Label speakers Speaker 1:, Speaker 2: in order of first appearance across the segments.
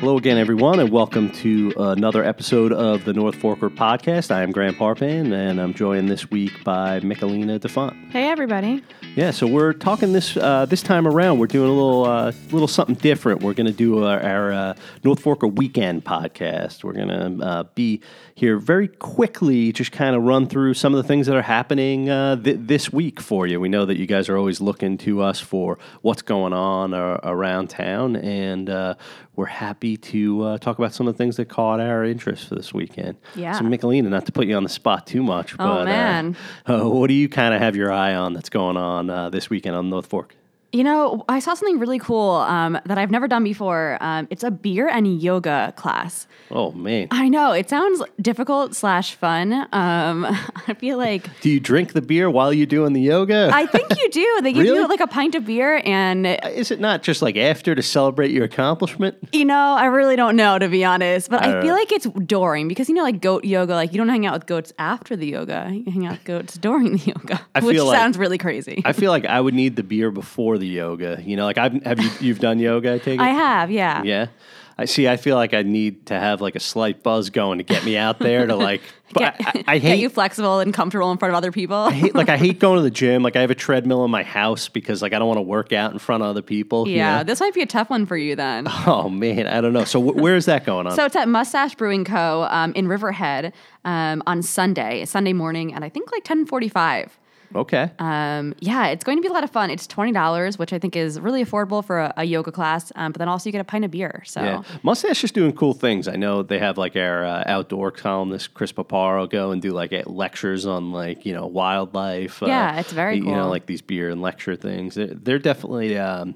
Speaker 1: Hello again, everyone, and welcome to another episode of the North Forker podcast. I am Grant Parpan, and I'm joined this week by Michelina Defont.
Speaker 2: Hey, everybody.
Speaker 1: Yeah, so we're talking this uh, this time around. We're doing a little uh, little something different. We're going to do our, our uh, North Forker weekend podcast. We're going to uh, be here very quickly, just kind of run through some of the things that are happening uh, th- this week for you. We know that you guys are always looking to us for what's going on uh, around town, and uh, we're happy to uh, talk about some of the things that caught our interest for this weekend.
Speaker 2: Yeah.
Speaker 1: So, Michelina, not to put you on the spot too much,
Speaker 2: Oh,
Speaker 1: but, uh,
Speaker 2: man.
Speaker 1: uh, what do you kind of have your eye on that's going on uh, this weekend on North Fork?
Speaker 2: You know, I saw something really cool um, that I've never done before. Um, it's a beer and yoga class.
Speaker 1: Oh man,
Speaker 2: I know it sounds difficult slash fun. Um, I feel like
Speaker 1: do you drink the beer while you're doing the yoga?
Speaker 2: I think you do. They give
Speaker 1: Really?
Speaker 2: you like a pint of beer, and
Speaker 1: Is it not just like after to celebrate your accomplishment?
Speaker 2: you know, I really don't know to be honest. But I,
Speaker 1: don't
Speaker 2: feel
Speaker 1: know.
Speaker 2: like it's boring because you know, like goat yoga, like you don't hang out with goats after the yoga. You hang out with goats during the yoga,
Speaker 1: I
Speaker 2: which
Speaker 1: feel like-
Speaker 2: sounds really crazy.
Speaker 1: I feel like I would need the beer before the yoga. You know, like I've have you you've done yoga? I take it.
Speaker 2: I have, yeah.
Speaker 1: yeah. I see. I feel like I need to have like a slight buzz going to get me out there to like. But
Speaker 2: Get-
Speaker 1: I, I
Speaker 2: get
Speaker 1: hate
Speaker 2: you flexible and comfortable in front of other people.
Speaker 1: I hate, like I hate going to the gym. Like I have a treadmill in my house because like I don't want to work out in front of other people. you
Speaker 2: Yeah,
Speaker 1: know?
Speaker 2: this might be a tough one for you then.
Speaker 1: Oh man, I don't know. So wh- where is that going on?
Speaker 2: So it's at Mustache Brewing Co. Um, in Riverhead um, on Sunday, Sunday morning, at I think like ten forty-five.
Speaker 1: okay.
Speaker 2: Um, yeah, it's going to be a lot of fun. It's twenty dollars, which I think is really affordable for a, a yoga class. Um, but then also you get a pint of beer. So
Speaker 1: Yeah. Mustache is doing cool things. I know they have like our uh, outdoor columnist Chris Paparo go and do like eh, lectures on like you know wildlife.
Speaker 2: Yeah,
Speaker 1: uh,
Speaker 2: it's very
Speaker 1: you know
Speaker 2: cool.
Speaker 1: like these beer and lecture things. They're, they're definitely um,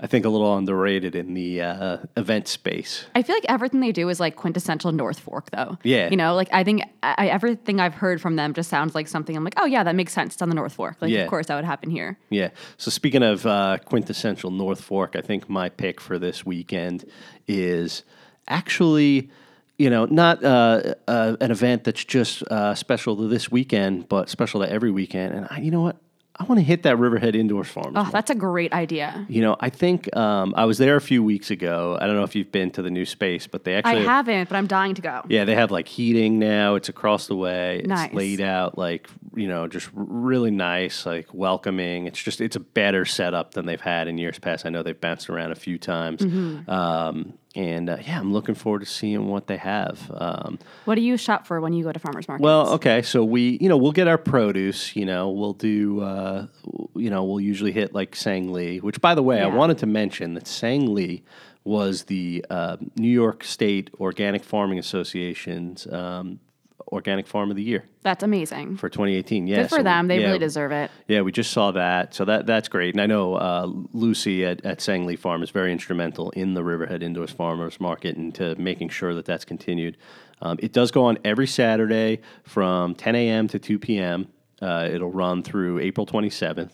Speaker 1: I think a little underrated in the uh, event space.
Speaker 2: I feel like everything they do is like quintessential North Fork, though.
Speaker 1: Yeah.
Speaker 2: you know, like I think I, I- everything I've heard from them just sounds like something. I'm like, oh yeah, that makes sense. It's on the North Fork. Like,
Speaker 1: Yeah.
Speaker 2: of course that would happen here.
Speaker 1: Yeah. So speaking of uh, quintessential North Fork, I think my pick for this weekend is actually, you know, not uh, uh, an event that's just uh, special to this weekend, but special to every weekend. And I, you know what? I want to hit that Riverhead Indoors Farm.
Speaker 2: Oh, that's a great idea.
Speaker 1: You know, I think um, I was there a few weeks ago. I don't know if you've been to the new space, but they actually
Speaker 2: I haven't, but I'm dying to go.
Speaker 1: yeah, they have like heating now. It's across the way. It's
Speaker 2: Nice.
Speaker 1: laid out like you know, just r- really nice, like welcoming. It's just it's a better setup than they've had in years past. I know they've bounced around a few times, um, and uh, yeah, I'm looking forward to seeing what they have. Um,
Speaker 2: What do you shop for when you go to farmers markets?
Speaker 1: well, uh, okay, so we you know we'll get our produce. You know, we'll do uh, w- you know we'll usually hit like Sang Lee, which by the way, I
Speaker 2: Yeah.
Speaker 1: wanted to mention that Sang Lee was the uh, New York State Organic Farming Association's um, Organic Farm of the Year
Speaker 2: That's amazing.
Speaker 1: for 2018. Yeah,
Speaker 2: Good for
Speaker 1: so we-
Speaker 2: them. They
Speaker 1: yeah,
Speaker 2: really deserve it.
Speaker 1: yeah, we just saw that, so that that's great. And I know uh, Lucy at, at Sangley Farm is very instrumental in the Riverhead Indoors Farmers Market and to making sure that that's continued. Um, it does go on every Saturday from 10 a.m. to 2 p.m. Uh, it'll run through April 27th.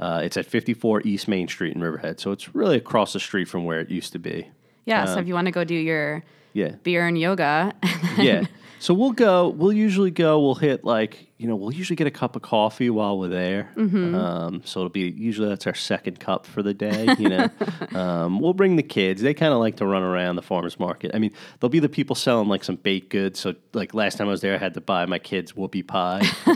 Speaker 1: Uh, it's at 54 East Main Street in Riverhead, so it's really across the street from where it used to be.
Speaker 2: Yeah.
Speaker 1: Um,
Speaker 2: so if you want to go do your
Speaker 1: Yeah,
Speaker 2: beer and yoga,
Speaker 1: yeah. So we'll go. We'll usually go. We'll hit like you know. We'll usually get a cup of coffee while we're there. Um, so it'll be usually that's our second cup for the day. You know, um, we'll bring the kids. They kind of like to run around the farmers market. I mean, there'll be the people selling like some baked goods. So like last time I was there, I had to buy my kids whoopie pie. uh,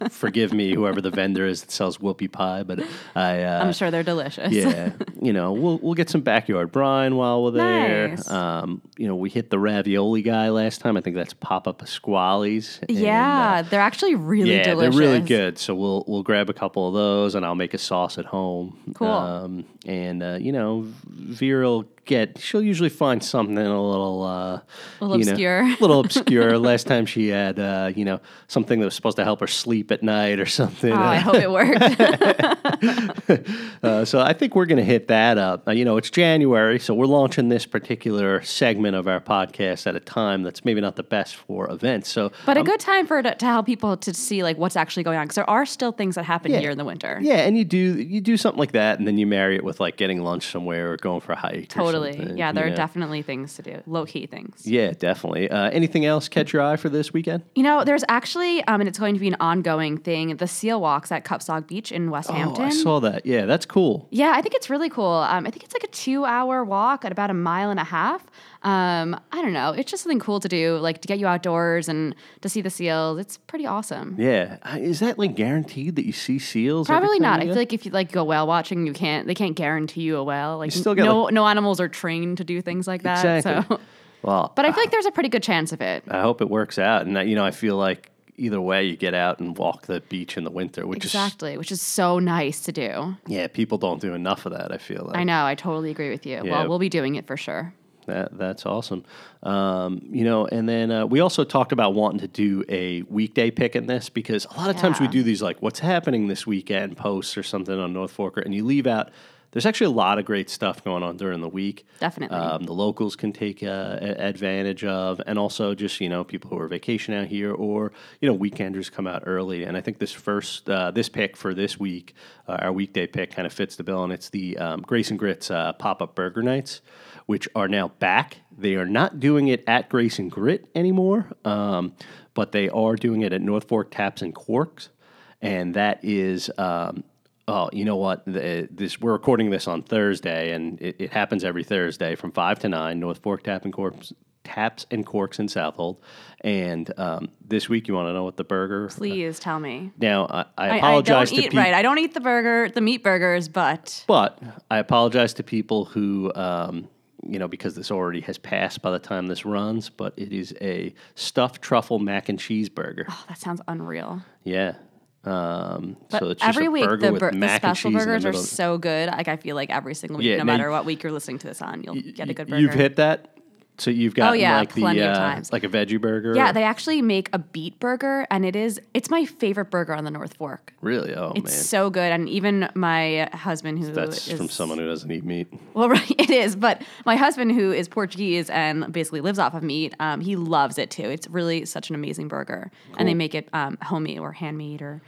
Speaker 1: f- forgive me, whoever the vendor is that sells whoopie pie, but I uh,
Speaker 2: I'm sure they're delicious.
Speaker 1: yeah, you know, we'll we'll get some backyard brine while we're there.
Speaker 2: Nice.
Speaker 1: Um, you know, we hit the ravioli guy last time. I think that's Papa Pasquale's. And, uh,
Speaker 2: Yeah, they're actually really
Speaker 1: yeah,
Speaker 2: delicious.
Speaker 1: they're really good. So we'll we'll grab a couple of those, and I'll make a sauce at home.
Speaker 2: Cool.
Speaker 1: Um, and uh, you know, Vera'll get. She'll usually find something a little, uh,
Speaker 2: Little
Speaker 1: you know,
Speaker 2: obscure.
Speaker 1: a little obscure. Last time she had, uh, you know, something that was supposed to help her sleep at night or something.
Speaker 2: Oh, I hope it worked.
Speaker 1: Uh, so I think we're going to hit that up. Uh, you know, it's January, so we're launching this particular segment of our podcast at a time that's maybe not the best for events. So,
Speaker 2: but a good time for to, to help people to see like what's actually going on because there are still things that happen
Speaker 1: Yeah.
Speaker 2: here in the winter.
Speaker 1: yeah, and you do you do something like that, and then you marry it with like getting lunch somewhere or going for a hike
Speaker 2: Totally.
Speaker 1: something,
Speaker 2: Yeah, there
Speaker 1: you
Speaker 2: are
Speaker 1: know?
Speaker 2: definitely things to do, low key things.
Speaker 1: Yeah, definitely. Uh, anything else catch your eye for this weekend?
Speaker 2: You know, there's actually, um, and it's going to be an ongoing thing, the seal walks at Cupsog Beach in West Hampton.
Speaker 1: Oh, I saw that. Yeah, that's cool.
Speaker 2: Yeah, I think it's really cool. Um, I think it's like a two hour walk at about a mile and a half. Um, I don't know. It's just something cool to do, like to get you outdoors and to see the seals. It's pretty awesome.
Speaker 1: Yeah, Uh, is that like guaranteed that you see seals? every
Speaker 2: Probably
Speaker 1: time
Speaker 2: not. I
Speaker 1: you
Speaker 2: feel
Speaker 1: go?
Speaker 2: like if you like go whale watching, you can't. They can't guarantee you a whale. Like
Speaker 1: still got,
Speaker 2: no, no animals are trained to do things like that.
Speaker 1: exactly.
Speaker 2: So,
Speaker 1: Well,
Speaker 2: but I feel like there's a pretty good chance of it.
Speaker 1: I hope it works out. And that, you know, I feel like either way, you get out and walk the beach in the winter, which
Speaker 2: Exactly, which is so nice to do.
Speaker 1: is yeah, people don't do enough of that. I feel like
Speaker 2: I know. I totally agree with you.
Speaker 1: Yeah.
Speaker 2: Well, we'll be doing it for sure.
Speaker 1: that that's awesome. Um, you know, and then uh, we also talked about wanting to do a weekday pick in this because a lot of times we
Speaker 2: Yeah.
Speaker 1: do these like what's happening this weekend posts or something on North Forker, and you leave out. There's actually a lot of great stuff going on during the week.
Speaker 2: Definitely.
Speaker 1: um, the locals can take uh, a- advantage of, and also just you know people who are vacation out here or you know weekenders come out early. And I think this first uh, this pick for this week, uh, our weekday pick, kind of fits the bill, and it's the um, Grace and Grits uh, pop up burger nights, which are now back. They are not doing it at Grace and Grit anymore, um, but they are doing it at North Fork Taps and Quarks and that is um, oh you know what the, this we're recording this on thursday and it, it happens every thursday from 5 to 9 north fork tap and corks taps and corks in southold and um, this week you want to know what the burger
Speaker 2: Please tell me.
Speaker 1: now i, I
Speaker 2: I, I
Speaker 1: apologize
Speaker 2: don't
Speaker 1: to
Speaker 2: eat
Speaker 1: people
Speaker 2: right. I don't eat the burger, the meat burgers, but
Speaker 1: but I apologize to people who, um, you know, because this already has passed by the time this runs, but it is a stuffed truffle mac and cheese burger.
Speaker 2: oh, that sounds unreal.
Speaker 1: Yeah. Um,
Speaker 2: But
Speaker 1: so it's just
Speaker 2: every
Speaker 1: a
Speaker 2: week
Speaker 1: burger
Speaker 2: the,
Speaker 1: with
Speaker 2: bur- the
Speaker 1: mac and
Speaker 2: special
Speaker 1: cheese in the
Speaker 2: burgers are
Speaker 1: middle.
Speaker 2: so good. Like I feel like every single week,
Speaker 1: Yeah,
Speaker 2: no
Speaker 1: now
Speaker 2: matter
Speaker 1: you-
Speaker 2: what week you're listening to this on, you'll get a good burger. Oh,
Speaker 1: You've hit that, so you've got
Speaker 2: yeah,
Speaker 1: like the
Speaker 2: plenty of
Speaker 1: uh,
Speaker 2: times.
Speaker 1: like a veggie burger.
Speaker 2: Yeah, they actually make a beet burger, and it is it's my favorite burger on the North Fork.
Speaker 1: really. Oh
Speaker 2: It's so good, and even my husband who
Speaker 1: man, that's
Speaker 2: is-
Speaker 1: from someone who doesn't eat meat.
Speaker 2: Well, right, it is. But my husband, who is Portuguese and basically lives off of meat, um, he loves it too. It's really such an amazing burger, and they make it um, homemade or handmade or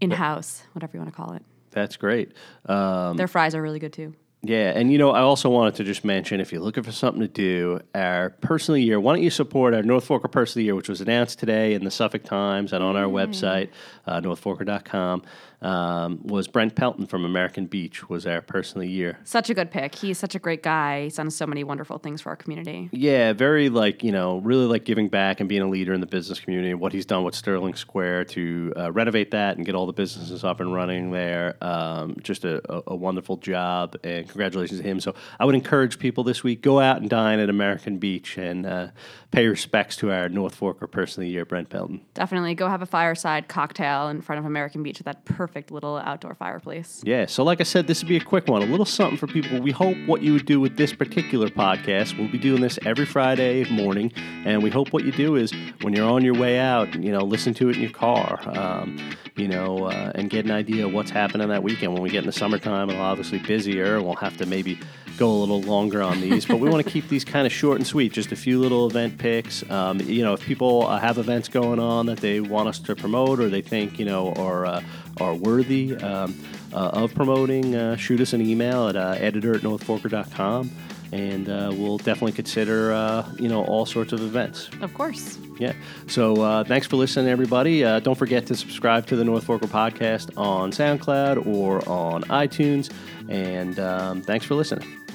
Speaker 2: in house, whatever you want to call it.
Speaker 1: That's great. Um,
Speaker 2: Their fries are really good too.
Speaker 1: yeah, and you know, I also wanted to just mention if you're looking for something to do, our person of the year, why don't you support our North Forker person of the year, which was announced today in the Suffolk Times and on
Speaker 2: Mm.
Speaker 1: our website, uh, northforker.com, um, was Brent Pelton from American Beach was our person of the year.
Speaker 2: Such a good pick. He's such a great guy. He's done so many wonderful things for our community.
Speaker 1: Yeah, very like, you know, really like giving back and being a leader in the business community. What he's done with Sterling Square to uh, renovate that and get all the businesses up and running there. Um, just a, a, a wonderful job, and congratulations to him. So I would encourage people this week go out and dine at American Beach and uh, pay respects to our North Forker Person of the Year, Brent Pelton.
Speaker 2: Definitely go have a fireside cocktail in front of American Beach with that perfect little outdoor fireplace.
Speaker 1: Yeah, so like I said, this would be a quick one, a little something for people. We hope what you would do with this particular podcast, we'll be doing this every Friday morning, and we hope what you do is when you're on your way out, you know, listen to it in your car, um, you know, uh, and get an idea of what's happening that weekend. When we get in the summertime, it'll obviously busier, and we'll have to maybe go a little longer on these, but we want to keep these kind of short and sweet, just a few little event picks. Um, you know, if people uh, have events going on that they want us to promote or they think, you know, are, uh, are worthy, um, uh, of promoting, uh, shoot us an email at uh, editor at northforker.com and uh, we'll definitely consider uh, you know all sorts of events.
Speaker 2: Of course.
Speaker 1: Yeah. So uh, thanks for listening, everybody. Uh, don't forget to subscribe to the North Forker podcast on SoundCloud or on iTunes. And um, thanks for listening.